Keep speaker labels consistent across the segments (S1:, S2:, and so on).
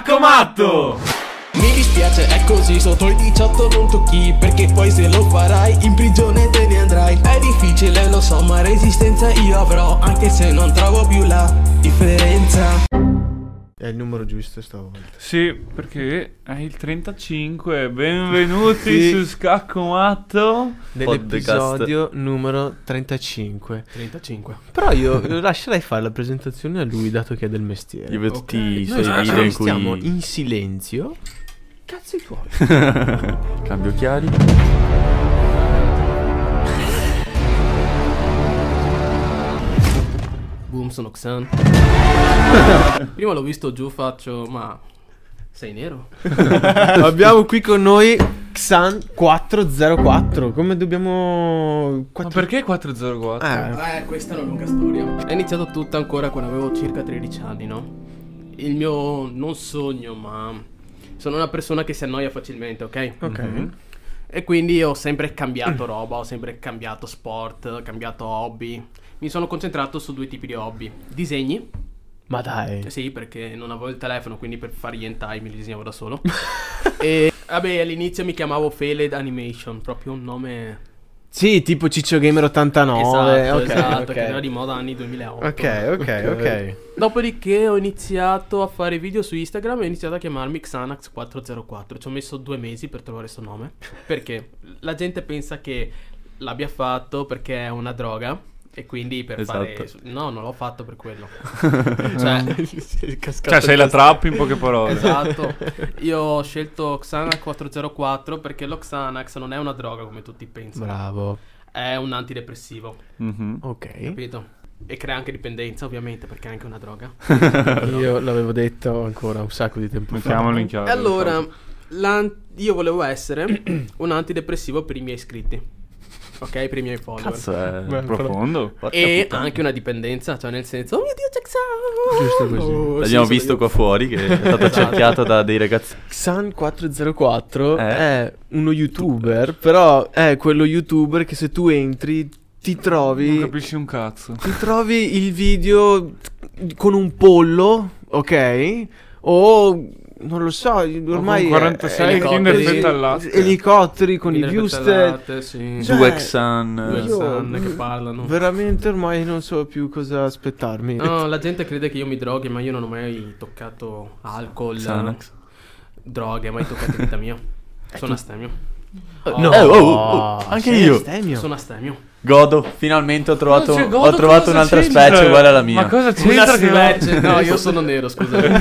S1: Scaccomatto!
S2: Mi dispiace, è così, sotto i 18 non tocchi Perché poi se lo farai, in prigione te ne andrai È difficile, lo so, ma resistenza io avrò Anche se non trovo più la differenza
S3: È il numero giusto stavolta.
S1: Sì, perché è il 35. Benvenuti
S3: Sì.
S1: su Scaccomatto.
S3: Dell'episodio numero 35.
S4: 35.
S3: Però io lascerei fare la presentazione a lui, dato che è del mestiere.
S5: Io vedo
S4: Ok.
S5: tutti
S3: Noi
S5: i suoi
S3: ci
S5: video in cui
S3: stiamo Ah, in silenzio. Cazzi tuoi.
S5: cambio chiari.
S4: Boom, sono Xan. Prima l'ho visto giù, faccio, ma sei nero?
S3: Abbiamo qui con noi Xan 404. Come dobbiamo.
S1: Ma
S3: quattro-
S1: perché 404?
S3: Ah,
S4: Eh, questa è una lunga storia. È iniziato tutto ancora quando avevo circa 13 anni, no? Il mio non sogno, ma sono una persona che si annoia facilmente, ok? Mhm.
S3: ok.
S4: E quindi ho sempre cambiato roba, ho sempre cambiato sport, ho cambiato hobby. Mi sono concentrato su due tipi di hobby: disegni,
S3: Ma dai.
S4: eh sì, perché non avevo il telefono, quindi per fare gli hentai me li disegnavo da solo. e vabbè, all'inizio mi chiamavo Feled Animation, proprio un nome
S3: Sì, tipo Ciccio Gamer 89.
S4: esatto,
S3: ok,
S4: esatto,
S3: ok.
S4: che era di moda anni 2008.
S3: Ok, ok, ok.
S4: Dopodiché ho iniziato a fare video su Instagram e ho iniziato a chiamarmi Xanax404. Ci ho messo due mesi per trovare questo nome. Perché la gente pensa che l'abbia fatto perché è una droga. E quindi per fare.
S5: Esatto.
S4: No, non l'ho fatto per quello. cioè,
S1: Cioè, sei la trappa in poche parole.
S4: Esatto, io ho scelto Xanax 404 perché lo Xanax non è una droga come tutti pensano,
S3: Bravo.
S4: è un antidepressivo,
S5: Mhm.
S3: Ok.
S4: capito? E crea anche dipendenza ovviamente perché è anche una droga.
S3: Io l'avevo detto ancora un sacco di tempo fa.
S5: Mettiamolo in
S1: Eh,
S5: chiaro.
S4: E allora, l'an- io volevo essere un antidepressivo per i miei iscritti, ok? Per i miei follower.
S5: Cazzo, è
S3: Beh,
S5: profondo. Porca
S4: E oh,
S5: puttana.
S4: anche una dipendenza, cioè nel senso, oh mio dio, c'è Xanax!
S3: Giusto
S4: Oh,
S3: così.
S4: sì,
S5: L'abbiamo
S4: sono
S5: visto
S4: io.
S5: qua fuori che è stato
S4: Esatto.
S5: cerchiato da dei ragazzi.
S3: Xan404
S5: Eh?
S3: è uno youtuber, però è quello youtuber che se tu entri ti
S1: Non
S3: trovi,
S1: capisci un cazzo.
S3: ti trovi il video con un pollo, ok? O non lo so, ormai...
S1: Con 46
S3: elicotteri-
S4: Kinder Fett
S1: al latte.
S3: Elicotteri con
S4: Quindi
S3: i
S4: le
S3: viewster.
S4: petellate, sì.
S3: Cioè,
S5: Due Xan.
S4: Due
S3: io-
S4: Xan che parlano.
S3: Veramente ormai non so più cosa aspettarmi.
S4: No, la gente crede che io mi droghi, ma io non ho mai toccato alcol,
S5: Xanax.
S4: droghe, mai toccato in vita mia. Sono astemio.
S5: No. Eh, oh, oh, oh, anche
S3: sei
S5: io.
S3: astemio.
S4: Sono astemio.
S5: Godo, finalmente ho trovato,
S1: Cioè,
S5: ho
S1: Godo,
S5: trovato
S1: cosa
S5: un'altra
S1: c'entra?
S5: specie uguale alla mia.
S1: Ma cosa c'entra?
S4: Una
S1: che-
S4: specie. No, io sono nero, scusa.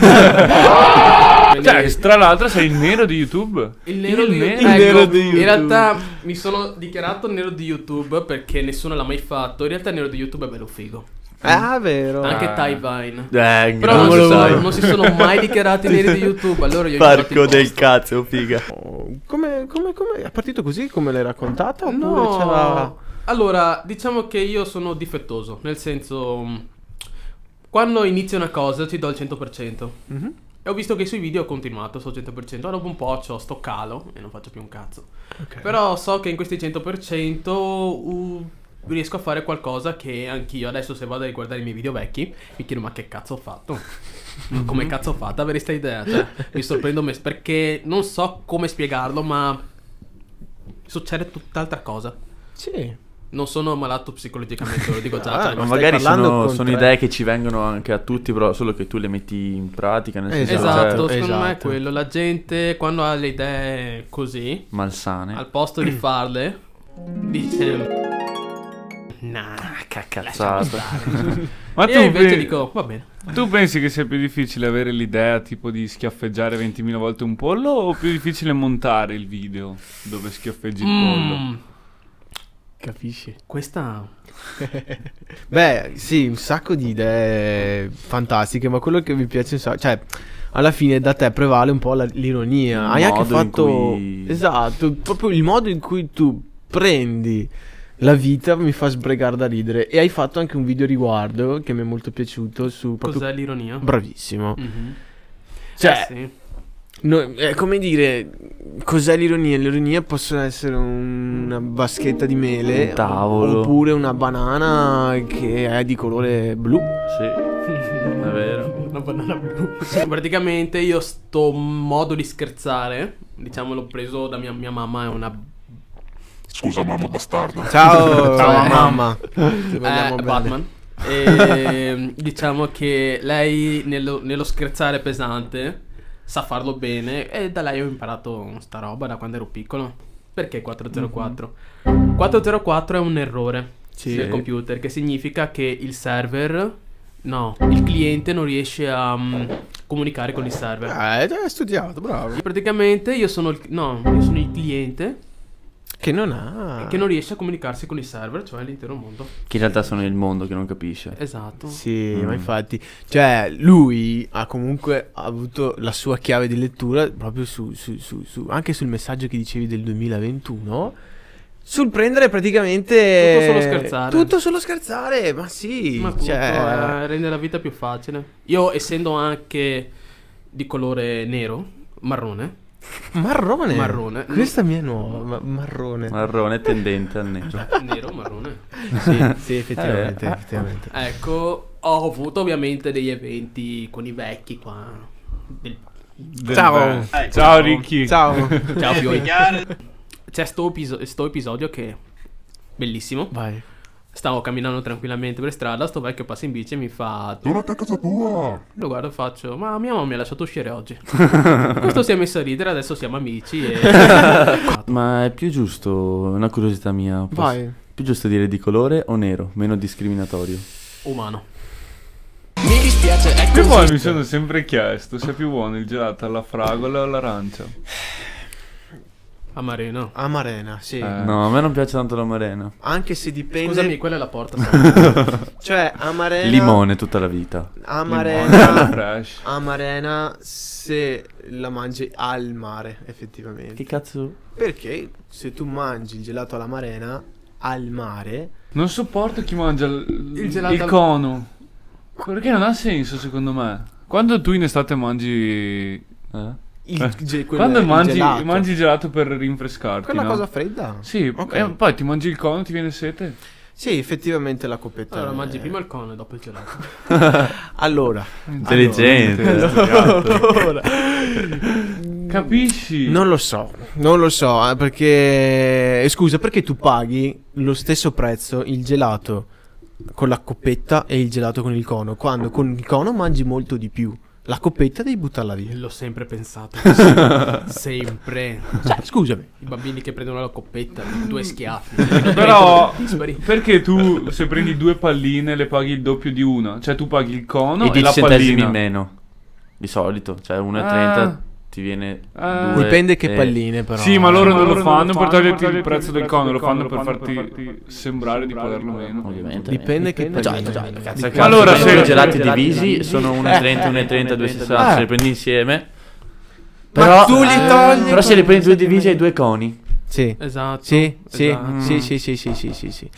S1: Cioè, tra l'altro, sei il nero di YouTube.
S4: il nero,
S1: Il
S4: di,
S1: nero.
S4: ecco,
S3: Il nero di YouTube.
S4: In realtà mi sono dichiarato nero di YouTube perché nessuno l'ha mai fatto. In realtà il nero di YouTube è bello figo.
S3: Ah, vero.
S4: Anche
S1: Ah.
S4: Tai Vine.
S5: Eh,
S4: Però
S5: non
S4: non,
S5: lo
S4: si
S5: sai.
S4: sono, non si sono mai dichiarati neri di YouTube. Allora io ho
S5: Parco
S4: ignorato il
S5: del
S4: post.
S5: cazzo, figa.
S3: Oh, Come, come, come è partito così come l'hai raccontata? Oppure
S4: No,
S3: c'era...
S4: allora diciamo che io sono difettoso, nel senso mh, quando inizio una cosa ci do il 100%.
S3: Mhm.
S4: E ho visto che sui video ho continuato sto 100%, dopo un po' c'ho sto calo e non faccio più un cazzo.
S3: Ok.
S4: Però so che in questi 100% uh, riesco a fare qualcosa che anch'io adesso se vado a riguardare i miei video vecchi mi chiedo ma che cazzo ho fatto? Ma come
S3: Mhm.
S4: cazzo ho fatto avere questa idea? Cioè, mi sorprendo me perché non so come spiegarlo ma succede tutt'altra cosa.
S3: Sì.
S4: Non sono malato psicologicamente, lo dico già.
S3: Ah,
S4: cioè,
S5: Ma
S3: stai
S5: magari
S3: parlando
S5: sono,
S3: con
S5: sono
S3: tre.
S5: idee che ci vengono anche a tutti, però solo che tu le metti in pratica. Nel senso,
S4: Esatto,
S5: cioè,
S4: secondo me è
S3: esatto.
S4: quello. La gente quando ha le idee così,
S3: Eh.
S5: malsane.
S4: al posto di farle, dice... Nah,
S5: Cacazzata.
S1: Ma
S4: Eh, io invece
S1: pe-
S4: dico, va bene.
S1: Tu pensi che sia più difficile avere l'idea tipo di schiaffeggiare 20.000 volte un pollo o più difficile montare il video dove schiaffeggi il pollo?
S4: Mm,
S3: Capisci?
S4: questa...
S3: Beh, sì, un sacco di idee fantastiche, ma quello che mi piace, un sacco- cioè, alla fine da te prevale un po' la- l'ironia.
S5: Il
S3: Hai anche
S5: modo in
S3: fatto...
S5: cui-
S3: Esatto, proprio il modo in cui tu prendi la vita mi fa sbregare da ridere. E hai fatto anche un video a riguardo che mi è molto piaciuto su... Proprio...
S4: Cos'è l'ironia?
S3: Bravissimo.
S4: Mhm.
S3: Cioè,
S4: Eh sì.
S3: No, è come dire, cos'è l'ironia? L'ironia possono essere un- una vaschetta di mele,
S5: Un tavolo.
S3: oppure una banana che è di colore blu.
S5: Sì. È vero.
S4: Una banana blu. Sì, praticamente io sto modo di scherzare, diciamo l'ho preso da mia, mia mamma, è una...
S6: Scusa mamma bastarda.
S3: Ciao,
S4: Ciao,
S3: eh, mamma. Ti
S4: eh,
S3: vogliamo bene.
S4: Batman. E, diciamo che lei nello, nello scherzare pesante sa farlo bene e da lei ho imparato sta roba da quando ero piccolo. Perché 404?
S3: Mhm.
S4: 404 è un errore
S5: Sì.
S4: del computer che significa che il server, no, il cliente non riesce a mm, comunicare con il server.
S3: Eh, hai studiato, bravo.
S4: Praticamente io sono il, no, io sono il cliente
S3: Che non ha.
S4: che non riesce a comunicarsi con il server, cioè l'intero mondo.
S5: Che in realtà sono il mondo che non
S3: Eh.
S5: capisce.
S4: Esatto.
S3: Sì,
S5: Mm.
S3: ma infatti, cioè, lui ha comunque avuto la sua chiave di lettura proprio su, su- su- su- anche sul messaggio che dicevi del 2021. Sul prendere praticamente.
S4: Tutto solo scherzare.
S3: Tutto solo scherzare, ma sì.
S4: Ma appunto,
S3: cioè,
S4: eh, rende la vita più facile. Io essendo anche di colore nero, marrone,
S3: Marrone.
S4: Marrone.
S3: Questa mia è nuova. ma- marrone.
S5: Marrone tendente al nero.
S4: nero, marrone.
S3: sì, sì, effettivamente.
S5: Eh, eh.
S3: effettivamente.
S4: Ecco, ho avuto ovviamente degli eventi con i vecchi qua. Del...
S1: Del
S3: Ciao.
S1: bel. Eh, Ciao Ricky.
S3: Ciao.
S4: Ciao Fiori. C'è sto, episo- sto episodio che è bellissimo.
S3: Vai.
S4: Stavo camminando tranquillamente per strada, sto vecchio passa in bici e mi fa
S6: Tornate a casa tua.
S4: Lo guardo e faccio, ma mia mamma mi ha lasciato uscire oggi. Questo si è messo a ridere, adesso siamo amici Ah, e...
S5: Ma è più giusto, una curiosità mia. posso-
S3: Vai.
S5: Più giusto dire di colore o nero, meno discriminatorio.
S4: Umano.
S2: Mi dispiace, è
S1: Che
S2: così.
S1: poi mi sono sempre chiesto se è più buono il gelato alla fragola o all'arancia.
S4: Ah, Amarino.
S3: Amarena, sì.
S1: Eh.
S5: No, a me non piace tanto la morena.
S3: Anche se dipende.
S4: Scusami, quella è la porta. sai.
S3: Cioè, amarena.
S5: Limone tutta la vita.
S1: Limone,
S3: Amarena.
S1: fresh.
S3: Amarena se la mangi al mare, effettivamente.
S5: Che cazzo?
S3: Perché se tu mangi il gelato alla marena al mare,
S1: Non sopporto chi mangia il,
S4: Il gelato
S1: il
S4: al-
S1: cono. Perché non ha senso secondo me. Quando tu in estate mangi...
S5: Eh?
S3: il,
S1: Eh,
S3: ge- quel-
S1: Quando
S3: il
S1: mangi
S3: gelato,
S1: mangi il gelato per rinfrescarti.
S3: quella
S1: no?
S3: cosa fredda?
S1: Sì,
S3: Ok.
S1: e poi ti mangi il cono ti viene sete.
S3: Sì, effettivamente la coppetta.
S4: Allora
S3: è-
S4: mangi prima il cono e dopo il gelato.
S3: Allora,
S5: Intelligente.
S1: Capisci?
S3: non lo so, non lo so, eh, perché eh, scusa, perché tu paghi lo stesso prezzo il gelato con la coppetta e il gelato con il cono, quando con il cono mangi molto di più. La coppetta devi buttarla via.
S4: L'ho sempre pensato. sempre.
S3: Cioè, scusami.
S4: I bambini che prendono la coppetta, due schiaffi.
S1: Però
S4: Spari.
S1: perché tu se prendi due palline le paghi il doppio di una? Cioè tu paghi il cono
S5: e
S1: e,
S5: 10
S1: la
S5: centesimi in
S1: pallina.
S5: meno. Di solito, cioè 1,30
S1: Ah.
S5: ti viene
S1: Ah.
S5: due
S3: Dipende che
S5: e-
S3: palline però. eh.
S1: Sì, ma loro non lo
S7: loro non
S1: fanno
S7: lo
S1: per
S7: fanno
S1: toglierti
S7: per
S1: il
S7: toglierti
S1: prezzo
S7: il
S1: del
S7: prezzo
S1: cono,
S7: del
S1: lo
S7: cono,
S1: fanno
S7: lo
S1: per
S7: fanno per
S1: farti
S7: farti
S1: sembrare di pagarlo meno.
S5: Ovviamente.
S3: Dipende,
S5: Dipende.
S3: che
S5: Già,
S3: palline. Cioè,
S5: Cazzo,
S3: Dipende.
S1: Allora,
S5: se
S1: se-
S5: i gelati
S1: se-
S5: divisi sono 1,30, 1,30, 2,60, se li prendi insieme.
S3: Ma
S5: Però, Eh,
S3: tu li togli
S5: però se li prendi due divisi hai due coni.
S3: Sì.
S4: Esatto.
S3: Sì, sì,
S4: Esatto.
S3: sì, sì, sì, sì, sì, sì, sì.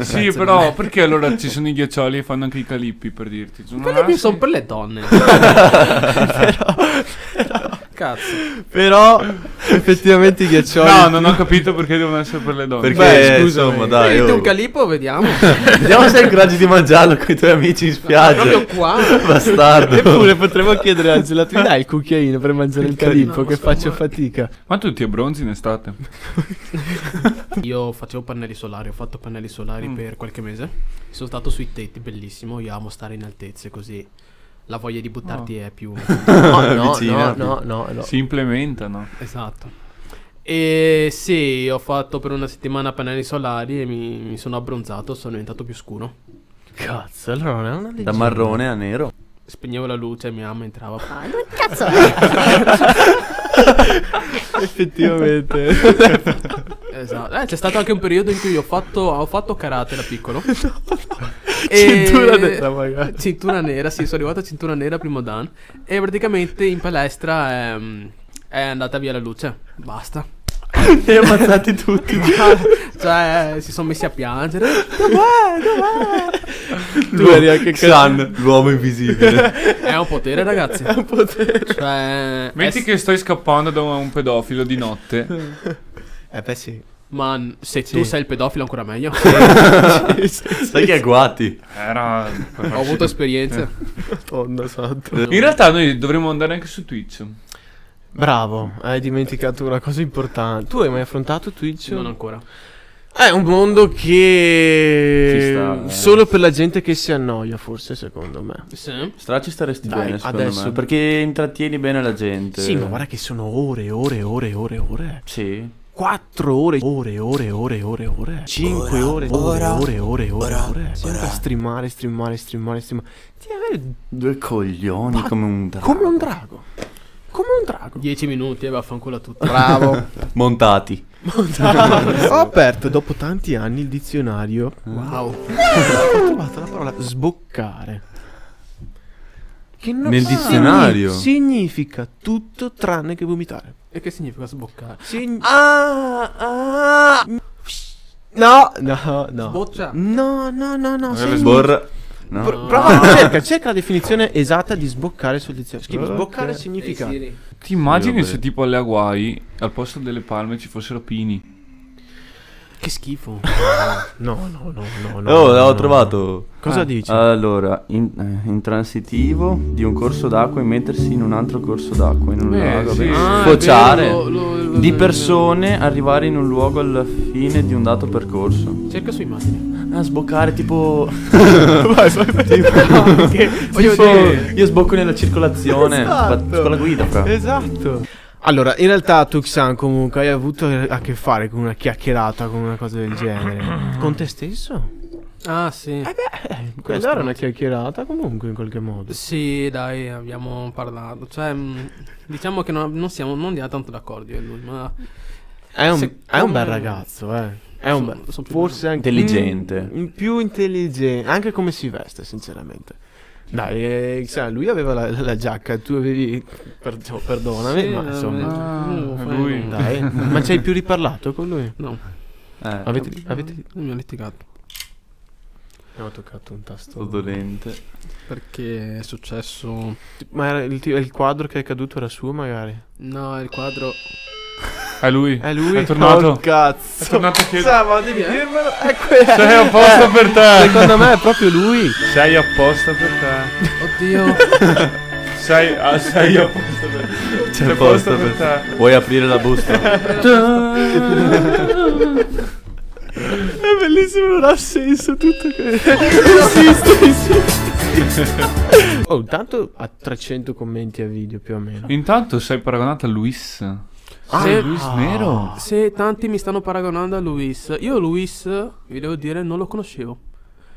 S1: Sì, però perché allora ci sono i ghiaccioli e fanno anche i calippi per dirti? Non
S4: Quelli
S1: ha
S4: qui
S1: senso.
S4: sono per le donne. Cazzo.
S3: Però effettivamente i ghiaccioli
S1: No, non ho capito perché devono essere per le donne.
S5: Perché,
S3: Beh, scusami.
S5: insomma, dai.
S4: Prendete
S5: oh.
S4: un calippo, vediamo.
S5: Vediamo se hai il coraggio di mangiarlo con i tuoi amici in spiaggia.
S4: Proprio qua.
S5: Bastardo.
S3: Eppure potremmo chiedere al gelato Dai il cucchiaino per mangiare il calippo
S4: No,
S3: Che
S4: sto
S3: faccio
S4: male.
S3: fatica
S1: Ma tu ti abbronzi in estate?
S4: Io facevo pannelli solari, ho fatto pannelli solari
S1: Mm.
S4: per qualche mese. Sono stato sui tetti, bellissimo. Io amo stare in altezze così la voglia di buttarti è più.
S3: No, no,
S5: Vicina.
S3: no, no, no, no.
S1: Si implementano.
S4: esatto. E sì, ho fatto per una settimana pannelli solari e mi, mi sono abbronzato, sono diventato più scuro.
S3: Cazzo, allora non è una leggenda
S5: Da marrone a nero.
S4: Spegnevo la luce, mia mamma entrava.
S3: Effettivamente
S4: Esatto. Eh, c'è stato anche un periodo in cui ho fatto, ho fatto karate da piccolo.
S3: Cintura nera, magari.
S4: Cintura nera, sì, sono arrivato a cintura nera primo dan. E praticamente in palestra ehm, è andata via la luce. Basta.
S5: Li hai ammazzati tutti.
S4: cioè, si sono messi a piangere.
S5: tu eri anche Xan, l'uomo invisibile.
S4: È un potere, ragazzi. È un potere. Cioè,
S1: Metti
S4: è-
S1: che stai scappando da un pedofilo di notte.
S3: Eh beh sì
S4: Ma n- se tu sei il pedofilo ancora meglio.
S5: Sai che è guati?
S1: Era... per
S4: Ho
S1: farci-
S4: avuto esperienze.
S3: Madonna santa.
S1: In realtà noi dovremmo andare anche su Twitch.
S3: Bravo, hai dimenticato una cosa importante. Tu hai mai affrontato Twitch?
S4: Non ancora.
S3: È un mondo che...
S5: Ci sta, eh.
S3: Solo per la gente che si annoia, forse, secondo me.
S4: Sì.
S5: Stracci staresti
S3: Dai,
S5: bene, secondo
S3: adesso.
S5: me. Perché intrattieni bene la gente.
S3: Sì, ma guarda che sono ore, ore, ore, ore, ore.
S5: Sì.
S3: 4 ore, ore, ore, ore, ore, ore. 5 ore, ora, ore, ore, ore, ore. Sempre a streamare, streamare, streamare, streamare. Ti deve-
S5: Due coglioni
S3: Pa-
S5: come un drago.
S3: Come un drago. Come un drago.
S4: Dieci minuti e vaffanculo a tutti.
S3: Bravo.
S5: Montati.
S3: Ho aperto dopo tanti anni il dizionario.
S4: Wow.
S3: Ho trovato la parola sboccare. Che non
S5: Nel
S3: signi-
S5: dizionario?
S3: Significa tutto tranne che vomitare.
S4: E che significa sboccare?
S3: Sign- Ah, No, no, no.
S4: Sboccia.
S3: No, no, no, no.
S1: Magari
S3: signi-
S5: Sbor. No.
S3: Pr- prova- cerca, cerca la definizione esatta di sboccare sul dizionario. Scrivi
S5: Ok.
S3: sboccare significa.
S4: eh,
S1: Ti immagini
S5: Vabbè.
S1: se tipo alle Hawaii al posto delle palme ci fossero pini?
S4: Che schifo.
S3: No, no, no, no. no
S5: Oh,
S3: no,
S5: l'ho
S3: no,
S5: trovato. Eh,
S3: no. Cosa dici?
S5: Allora, in- eh, intransitivo di un corso d'acqua e mettersi in un altro corso d'acqua. In un
S1: Eh,
S5: lago,
S1: sì.
S5: beh.
S1: Ah,
S4: è
S5: Sfociare.
S4: vero, lo- lo- lo-
S5: di persone arrivare in un luogo alla fine di un dato percorso.
S4: Cerca su immagini.
S5: Ah, sboccare tipo.
S4: Voglio
S5: tipo,
S4: vedere.
S5: Io sbocco nella circolazione.
S3: Esatto.
S5: fa- Con la guida, fra.
S3: Esatto. Allora, in realtà Tuxan comunque hai avuto a che fare con una chiacchierata, con una cosa del genere. Con te stesso?
S4: Ah, sì.
S3: Quella era una chiacchierata comunque in qualche modo.
S4: Sì, dai, abbiamo parlato. Cioè, mh, diciamo che non, non siamo non andiamo tanto d'accordo io e lui, ma
S3: È un,
S4: Se-
S3: è un bel ragazzo, eh. È un
S4: Sono-
S3: bel-
S4: sono più
S3: forse anche
S5: Intelligente.
S3: Mm, più intelligente, anche come si veste, sinceramente. Dai, eh, Xan, lui aveva la, la giacca, tu avevi perdo- perdonami,
S4: Sì, eh,
S3: ma insomma.
S1: Ah,
S4: no, fai-
S1: lui.
S4: no.
S3: Dai, ma ci hai più riparlato con lui?
S4: No,
S5: Eh,
S3: Avete, avete
S4: non mm, mi ho litigato
S3: Ho toccato un tasto.
S5: sto dolente.
S4: perché è successo
S3: Ma era il, ti- il quadro che è caduto era suo, magari.
S4: No, il quadro
S1: È lui.
S3: È lui.
S1: È tornato.
S3: Oh, cazzo.
S1: È tornato a chiedere.
S3: Sa, ma devi dirmelo. È quello.
S1: Sei apposta per te.
S3: Secondo me è proprio lui.
S1: Sei apposta per te.
S4: Oddio.
S1: Sei, ah, sei apposta per te.
S5: C'è posto per te. Vuoi aprire la busta?
S3: È bellissimo, non ha senso tutto che... Oh, intanto ha 300 commenti a video più o meno.
S1: Intanto sei paragonata a Luis.
S4: se,
S1: Luis Nero.
S4: se tanti mi stanno paragonando a Luis, io Luis, vi devo dire, non lo conoscevo.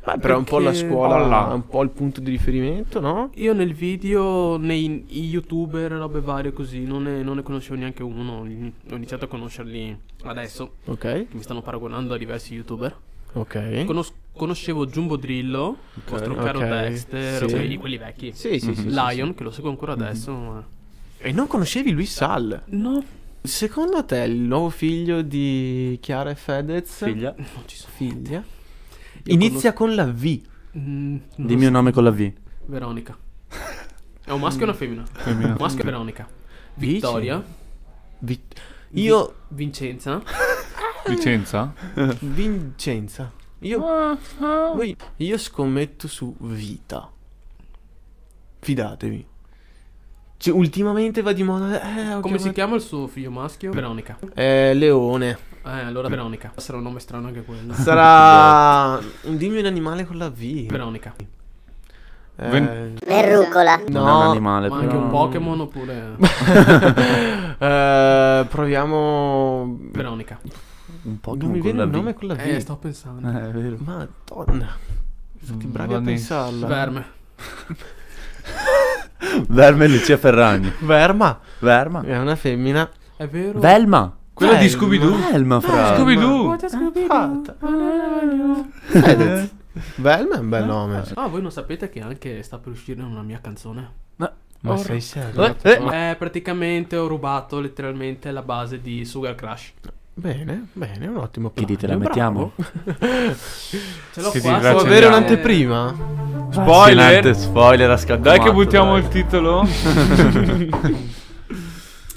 S3: Beh, però è un po' la
S4: Perché-
S3: scuola,
S1: Olla.
S3: è un po' il punto di riferimento, no?
S4: Io nel video, nei i youtuber, robe varie così, non ne, non ne conoscevo neanche uno. Ho iniziato a conoscerli adesso,
S3: Ok,
S4: che mi stanno paragonando a diversi youtuber.
S3: ok.
S4: Conos- conoscevo Jumbo Drillo, vostro caro
S3: Ok,
S4: Dexter,
S3: sì.
S4: quelli, quelli vecchi.
S3: Sì, sì, sì, sì,
S4: Lion, che lo seguo ancora adesso. ma-
S3: sì. E non conoscevi lui Sal?
S4: Mhm. No,
S3: Secondo te il nuovo figlio di Chiara e Fedez?
S4: non ci sono.
S3: Figlia? Inizia con la V.
S4: Mm, non
S5: Dimmi un nome con la V.
S4: so. Veronica. È un maschio o una femmina?
S1: Femmina.
S4: Maschio e Veronica.
S3: Vici?
S4: Vittoria.
S3: Vit- io
S4: Vincenza.
S1: Vicenza?
S3: Vincenza. Io,
S4: Ah,
S3: voi- io scommetto su vita. Fidatevi. Cioè, ultimamente va di moda. Eh, ho
S4: Come si
S3: chiamato-
S4: chiama il suo figlio maschio? Veronica.
S3: Eh, Leone.
S4: Eh, allora Veronica. Sarà un nome strano anche quello.
S3: Sarà.
S5: Esatto.
S3: Dimmi un animale con la V.
S4: Veronica.
S3: Eh,
S1: Ven-
S7: Verrucola.
S5: Non è un
S3: no.
S5: animale.
S4: Ma
S5: però.
S4: anche un Pokémon oppure
S3: Eh, proviamo.
S4: Veronica.
S5: Un Pokémon
S3: Non mi
S5: con
S3: viene
S5: la
S3: il
S5: V.
S3: nome con la V.
S4: Eh, sto pensando.
S5: Eh, è vero.
S3: Madonna. Siete bravi a
S1: Mm, Vanessa.
S3: pensarla.
S4: Verme.
S5: Verma e Lucia Ferragni.
S3: Verma.
S5: Verma.
S3: È una femmina.
S4: È vero.
S5: Velma.
S1: Quella di
S3: Velma.
S1: Scooby-Doo.
S5: Velma,
S1: Ah,
S5: fra.
S1: Scooby-Doo.
S3: Fatta. Fedez. Velma è un Eh, bel nome.
S4: Ah, voi non sapete che anche sta per uscire una mia canzone?
S3: Ma sei serio?
S5: Eh, eh, ma-
S4: Eh, praticamente ho rubato letteralmente la base di Sugar Crush.
S3: Bene, bene, un ottimo
S5: Che
S3: piano.
S5: dite, la
S3: Bravo.
S5: mettiamo?
S4: Ce l'ho
S1: Che
S4: qua.
S1: dirà
S3: Può
S1: Ce
S3: avere
S1: l'abbiamo.
S3: un'anteprima?
S1: Spoiler.
S5: Spoiler a scacco.
S1: Dai che buttiamo il titolo.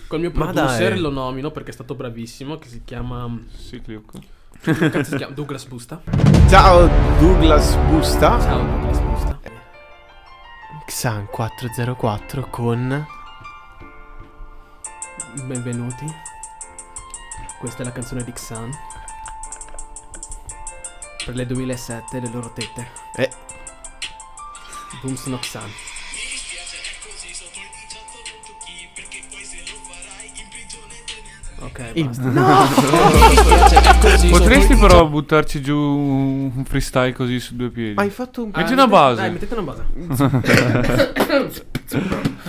S4: Col mio
S3: Ma
S4: producer
S3: dai.
S4: lo nomino perché è stato bravissimo. Che si chiama.
S1: Sì, Cliucco.
S4: Come cazzo si chiama? Douglas Busta.
S3: Ciao Douglas Busta.
S4: Ciao, Douglas Busta.
S3: Xan 404 con...
S4: Benvenuti. Questa è la canzone di Xan. Per le 2007 le loro tette.
S3: Eh.
S4: Booms no Xan. Ok, basta.
S1: Potresti però buttarci giù un freestyle così su due piedi?
S3: Ma hai fatto un...
S4: Ah,
S1: Metti una
S4: mettete-
S1: base.
S4: Dai, mettete una base.
S1: No,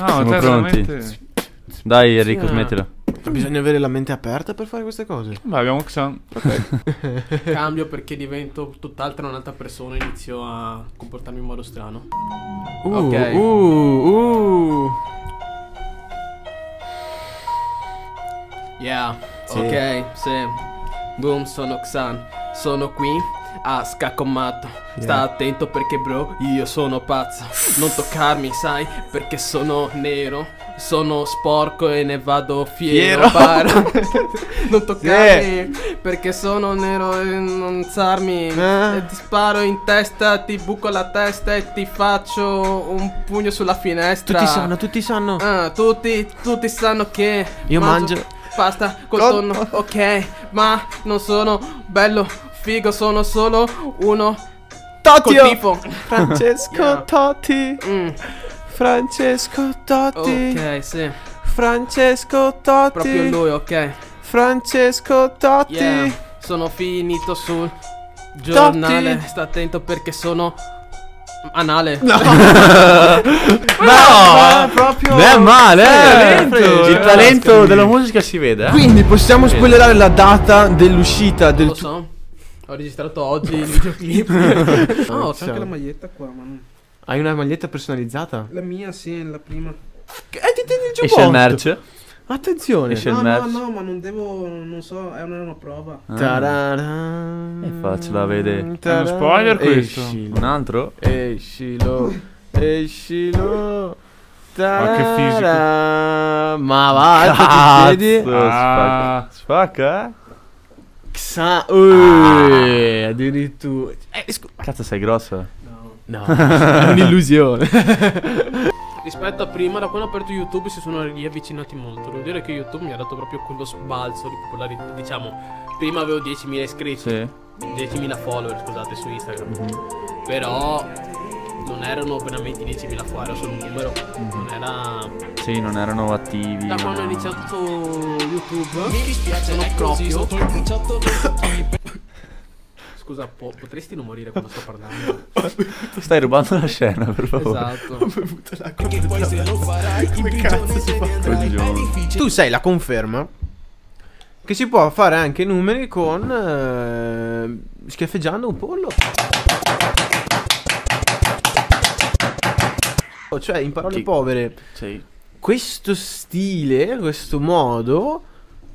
S5: Siamo
S1: te
S5: pronti.
S1: veramente...
S5: Dai
S4: Sì,
S5: Enrico,
S4: no.
S5: smettila.
S3: Bisogna avere la mente aperta per fare queste cose.
S1: Beh, abbiamo Xan.
S4: Cambio perché divento tutt'altra un'altra persona. Inizio a comportarmi in modo strano.
S3: Uh,
S4: Ok.
S3: uh, uh.
S4: Yeah,
S3: Sì.
S4: ok, sì. Boom, sono Xan, sono qui a scaccomatto. Sta attento perché bro, io sono pazzo. Non toccarmi, sai, perché sono nero. Sono sporco e ne vado fiero.
S3: Fiero.
S4: para. non toccarmi perché sono nero e non sarmi.
S3: Eh.
S4: E ti sparo in testa, ti buco la testa e ti faccio un pugno sulla finestra.
S3: Tutti sanno, tutti sanno.
S4: Ah, tutti, tutti sanno che
S3: Io mangio-
S4: pasta col
S3: Con-
S4: tonno, ok, ma non sono bello, figo, sono solo uno col tipo.
S3: Francesco
S4: Yeah.
S3: Totti.
S4: Mm,
S3: Francesco Totti.
S4: ok, sì,
S3: Francesco Totti.
S4: proprio lui, ok.
S3: Francesco Totti.
S4: Yeah, sono finito sul giornale.
S3: Totti.
S4: Sta attento perché sono anale.
S3: Ma proprio.
S5: Beh, male, eh.
S3: talento, eh,
S5: il talento della musica si vede, eh.
S3: Quindi possiamo spoilerare la data dell'uscita del
S4: Lo
S3: tuo-
S4: so. Ho registrato oggi il videoclip. No, c'è
S3: Siamo-
S7: anche la maglietta qua, ma non...
S3: Hai una maglietta personalizzata?
S7: La mia sì, è la prima.
S3: Eh, ti tieni il
S5: Esce il merch.
S3: Eh. Attenzione.
S5: Esce il
S7: no,
S5: merch. Ah.
S7: no, no, ma non devo... non so, è una, una prova.
S3: Ah. Tarara.
S5: È facile da vedere.
S1: È
S3: Tarara.
S1: uno spoiler questo?
S5: Un
S3: Escilo.
S5: altro?
S3: Escilo. Escilo.
S1: Ma che fisico.
S3: Tarara. Ma va, alzati in piedi.
S1: Ah.
S5: Spacca. Spacca, eh?
S3: Xa- Ui, addirittura. Eh, scu-
S5: Cazzo, sei grosso.
S3: no, è un'illusione.
S4: Rispetto a prima, da quando ho aperto YouTube si sono riavvicinati molto. Devo dire che YouTube mi ha dato proprio quello sbalzo di popolarità. Diciamo, prima avevo 10.000 iscritti,
S5: Sì.
S4: 10.000 follower, scusate, su Instagram.
S3: Mhm.
S4: Però non erano veramente 10.000 follower, era solo un numero.
S3: Mhm.
S4: Non era.
S5: Sì, non erano attivi.
S4: Da quando ho
S5: non-
S4: iniziato YouTube, sono proprio. Scusa, po- potresti non morire quando sto parlando?
S5: Stai rubando la scena, per
S3: Oh.
S5: favore.
S4: Esatto.
S3: Cioè, tu sei la conferma che si può fare anche numeri con eh, schiaffeggiando un pollo. Cioè, in parole
S5: Sì.
S3: povere,
S5: Sì.
S3: questo stile, questo modo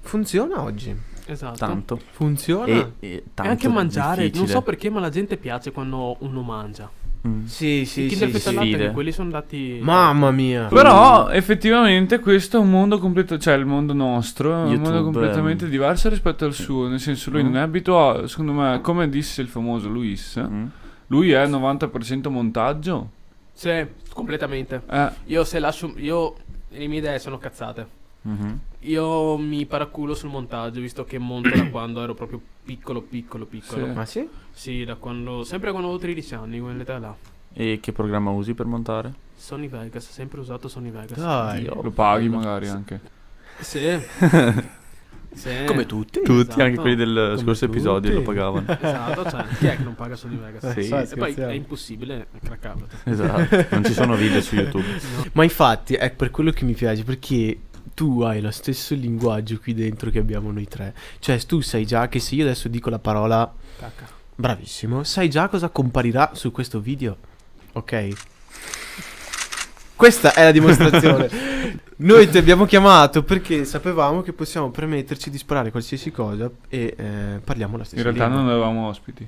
S3: funziona oggi.
S4: Esatto.
S5: Tanto.
S3: Funziona?
S5: E, e tanto
S4: E anche mangiare, non
S5: difficile.
S4: so perché, ma la gente piace quando uno mangia.
S5: Mm.
S3: Sì, sì,
S4: I
S3: sì.
S4: Kinder
S3: sì.
S4: Feta al latte,
S5: sfide.
S4: quelli sono dati
S3: Mamma mia.
S1: Però effettivamente questo è un mondo completo, cioè il mondo nostro è un
S5: YouTube,
S1: mondo completamente
S5: ehm.
S1: diverso rispetto al suo, nel senso lui
S5: Mm.
S1: non è abituato, secondo me, come disse il famoso Luis,
S5: Mm.
S1: lui è 90% montaggio.
S4: Sì, completamente.
S1: Eh,
S4: Io se lascio io le mie idee sono cazzate.
S5: Mhm.
S4: Io mi paraculo sul montaggio, visto che monto da quando ero proprio piccolo, piccolo, piccolo.
S1: Sì.
S3: Ma sì?
S4: Sì, da quando sempre quando avevo 13 anni, quell'età là.
S5: E che programma usi per montare?
S4: Sony Vegas, ho sempre usato Sony Vegas.
S3: Dai. oh.
S1: lo paghi magari anche.
S4: Sì. Sì.
S3: Come tutti.
S5: Tutti,
S4: Eh. Esatto.
S5: anche quelli del scorso
S3: tutti.
S5: episodio lo pagavano.
S4: Esatto, cioè, chi è che non paga Sony Vegas?
S5: Sì.
S4: E poi è impossibile, è craccato.
S5: esatto. Non ci sono video su YouTube.
S3: Ma infatti è per quello che mi piace perché tu hai lo stesso linguaggio qui dentro che abbiamo noi tre. Cioè tu sai già che se io adesso dico la parola
S4: Cacca.
S3: bravissimo, sai già cosa comparirà su questo video. Ok? Questa è la dimostrazione. Noi ti abbiamo chiamato perché sapevamo che possiamo permetterci di sparare qualsiasi cosa e eh, parliamo la
S1: In
S3: stessa
S1: realtà
S3: lingua.
S1: non avevamo ospiti.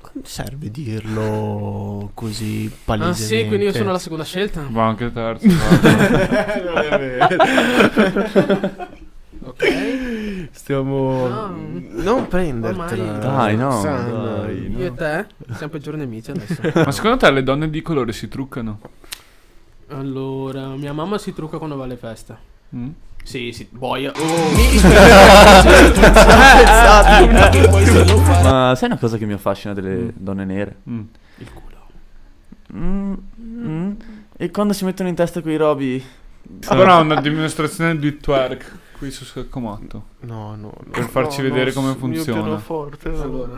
S3: Come serve dirlo così
S4: Ah
S3: palesemente.
S4: sì, quindi io sono la seconda scelta.
S1: Va anche terzo. guarda.
S4: Ok.
S3: Stiamo...
S4: No.
S3: Non prendertela.
S4: Ormai-
S5: Dai, no,
S3: Roxana.
S5: dai, no.
S4: Io e te siamo peggiori nemici adesso.
S1: Ma secondo te le donne di colore si truccano?
S4: Allora, mia mamma si trucca quando va alle feste. Oh.
S1: Mm?
S4: Sì, sì, boia.
S2: Mi dispiace Poi se lo farai
S5: Ma sai una cosa che mi affascina delle donne nere?
S1: Mm.
S4: Il culo.
S5: Mm, mm. E quando si mettono in testa quei robi...
S1: Ah, Però è una dimostrazione di twerk qui su Scaccomotto.
S3: No, no, no.
S1: Per farci vedere come funziona.
S4: Allora.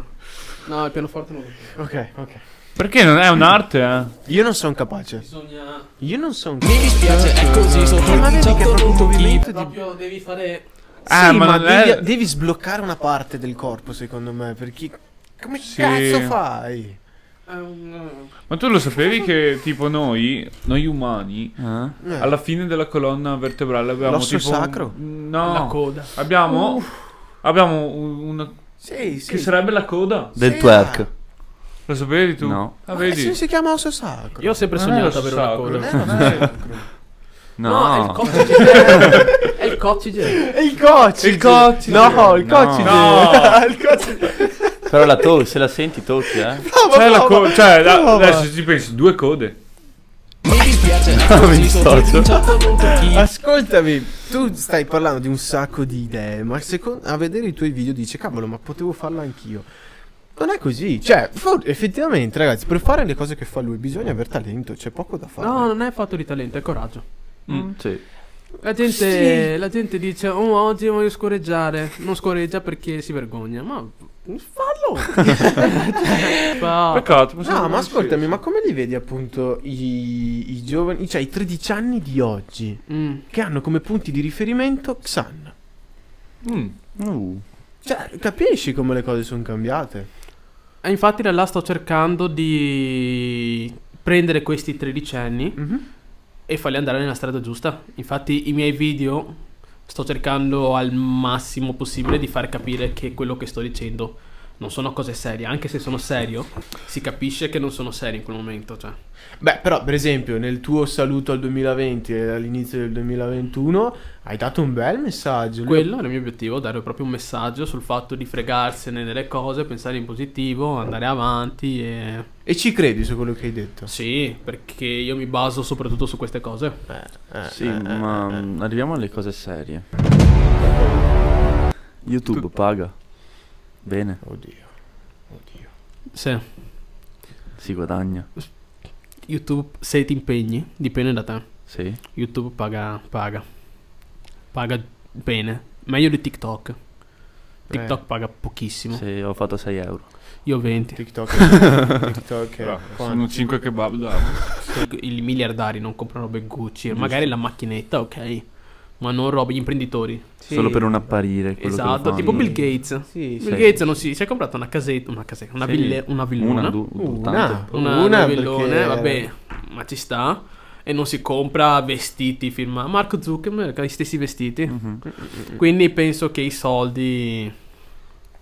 S4: No, il pianoforte non lo faccio.
S3: Ok, ok.
S1: Perché non è un'arte, eh?
S3: Io non sono capace.
S4: Bisogna...
S3: Io non sono
S2: Mi dispiace, è così, sono
S3: Ma vedi che è proprio un
S2: 18
S3: movimento di...
S4: Proprio devi fare...
S1: Ah,
S3: sì,
S1: ma
S3: ma,
S1: non
S3: devi,
S1: è-
S3: devi sbloccare una parte del corpo, secondo me, perché... Come
S1: Sì.
S3: cazzo fai?
S4: eh, un-
S1: Ma tu lo sapevi che tipo noi, noi umani,
S5: Eh?
S3: Eh,
S1: alla fine della colonna vertebrale abbiamo
S3: L'osso
S1: tipo un-
S3: sacro?
S4: La
S1: No.
S4: coda.
S1: Abbiamo abbiamo un- una
S3: Sì, sì.
S1: che sarebbe la coda.
S5: Del
S3: Sì,
S5: twerk.
S1: Lo sapevi tu?
S5: No.
S1: Ah,
S3: Eh, sì,
S1: vedi?
S3: si chiama osso sacro.
S4: Io ho sempre
S1: Non è lo
S4: sognato avere una
S1: sacro.
S4: coda.
S3: Eh, non è-
S5: No.
S4: è il coccige. è il coccige.
S3: È il coccige.
S1: Il coccige.
S3: No, il
S5: No.
S3: coccige.
S1: No.
S3: il coccige.
S5: Però la to- se la senti tocchi, eh.
S1: C'è la
S3: prova.
S1: co- cioè, la-
S3: Prova.
S1: adesso ci pensi, due code.
S2: Mi dispiace, è
S5: mi
S2: così, sono
S5: dissocio.
S2: 18 minuti
S3: Ascoltami, tu stai parlando di un sacco di idee, ma secon- a vedere i tuoi video dici, cavolo, ma potevo farla anch'io. Non è così, cioè, for- effettivamente, ragazzi, per fare le cose che fa lui bisogna aver talento, c'è poco da fare.
S4: No, non è fatto di talento, è coraggio.
S5: Mm, sì.
S4: La gente, la gente dice, oh, oggi voglio scorreggiare. Non scorreggia perché si vergogna. Ma fallo. Cioè, fa-
S1: Peccato,
S3: No,
S1: possiamo-
S3: ma ascoltami, ma come li vedi appunto i, i giovani, cioè i 13 anni di oggi,
S4: Mm.
S3: che hanno come punti di riferimento Xan?
S1: Mm.
S5: Uh.
S3: Cioè, capisci come le cose sono cambiate?
S4: E infatti da là sto cercando di prendere questi tredicenni e farli andare nella strada giusta. Infatti i miei video sto cercando al massimo possibile di far capire che quello che sto dicendo non sono cose serie, anche se sono serio, si capisce che non sono serio in quel momento, cioè.
S3: Beh, però, per esempio, nel tuo saluto al 2020 e all'inizio del 2021 hai dato un bel messaggio.
S4: Quello era il mio obiettivo, dare proprio un messaggio sul fatto di fregarsene delle cose, pensare in positivo, andare avanti e
S3: E ci credi su quello che hai detto?
S4: sì, perché io mi baso soprattutto su queste cose.
S5: Sì, ma mm, arriviamo alle cose serie. YouTube paga. Bene,
S3: Oddio. eh. Oddio.
S4: Sì.
S5: si guadagna.
S4: YouTube, se ti impegni, dipende da te.
S5: Sì.
S4: YouTube paga, paga, paga bene, meglio di TikTok. TikTok paga pochissimo.
S5: Eh. Sì, ho fatto 6 euro.
S4: Io 20.
S3: TikTok. è- TikTok. è-
S1: Bravo,
S3: quanti?
S1: sono 5 kebab da.
S4: I miliardari non comprano robe Gucci, magari la macchinetta, ok, ma non robe gli imprenditori.
S5: Solo per un apparire. quello che lo
S4: Esatto,
S5: fanno.
S4: tipo Bill Gates.
S3: Sì,
S4: Bill
S5: sì.
S4: Gates non si, si è comprato una casetta, una casetta, una,
S5: Sì.
S4: ville- una villona.
S5: Una, due,
S3: Una,
S5: tante.
S4: una,
S3: una
S4: novellone,
S3: perché-
S4: vabbè, ma ci sta. E non si compra vestiti firma Marco Zuckerberg ha gli stessi vestiti.
S5: Mm.
S4: Quindi penso che i soldi.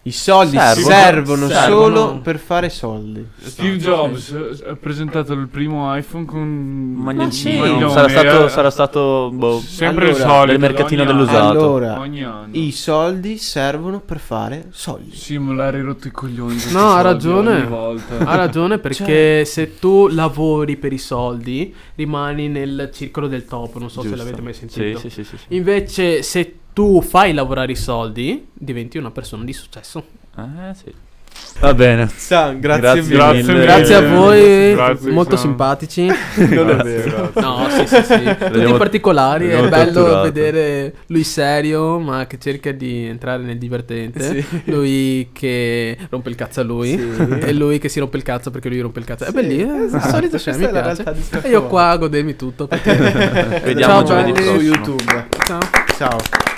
S3: I soldi
S5: Servono.
S3: servono,
S4: Servono.
S3: solo per fare soldi.
S1: Steve Jobs eh, ha presentato il primo iPhone con un
S5: Magnetino.
S1: maglione,
S5: Sarà
S1: eh,
S5: stato, sarà stato boh,
S1: sempre il
S3: Allora,
S1: solito
S5: del mercatino
S1: ogni anno.
S5: dell'usato.
S3: Allora,
S1: Ogni anno.
S3: i soldi servono per fare soldi.
S1: Sì, me l'hai rotto i coglioni. questi
S4: No, ha
S1: soldi
S4: ragione.
S1: ogni volta.
S4: Ha ragione perché se tu lavori per i soldi rimani nel circolo del top. Non so
S5: giusto.
S4: se l'avete mai
S5: Sì,
S4: sentito.
S5: Sì, sì, sì, sì.
S4: Invece, se tu fai lavorare i soldi, diventi una persona di successo.
S5: Eh, sì. Va bene.
S3: San,
S5: Grazie Grazie mille. mille.
S4: Grazie a
S5: Eh,
S4: voi,
S1: grazie,
S4: molto
S1: Sam.
S4: simpatici.
S3: Non è
S5: Grazie.
S3: vero.
S4: No, sì, sì, sì. Tutti
S5: L'abbiamo-
S4: particolari. È
S5: l'abbiamo
S4: bello
S5: torturato.
S4: vedere lui serio, ma che cerca di entrare nel divertente. Lui che rompe il cazzo a lui. E lui che si rompe il cazzo perché lui rompe il cazzo. È bellissimo. È il solito
S3: esatto. Questa
S4: scemo,
S3: è
S4: mi
S3: la
S4: piace.
S3: realtà di
S4: E io
S3: Scaccomotto.
S4: qua a godermi tutto. Perché...
S5: Vediamo
S4: Ciao,
S5: giovedì
S4: belli.
S5: prossimo.
S3: su YouTube.
S4: Ciao.
S3: Ciao.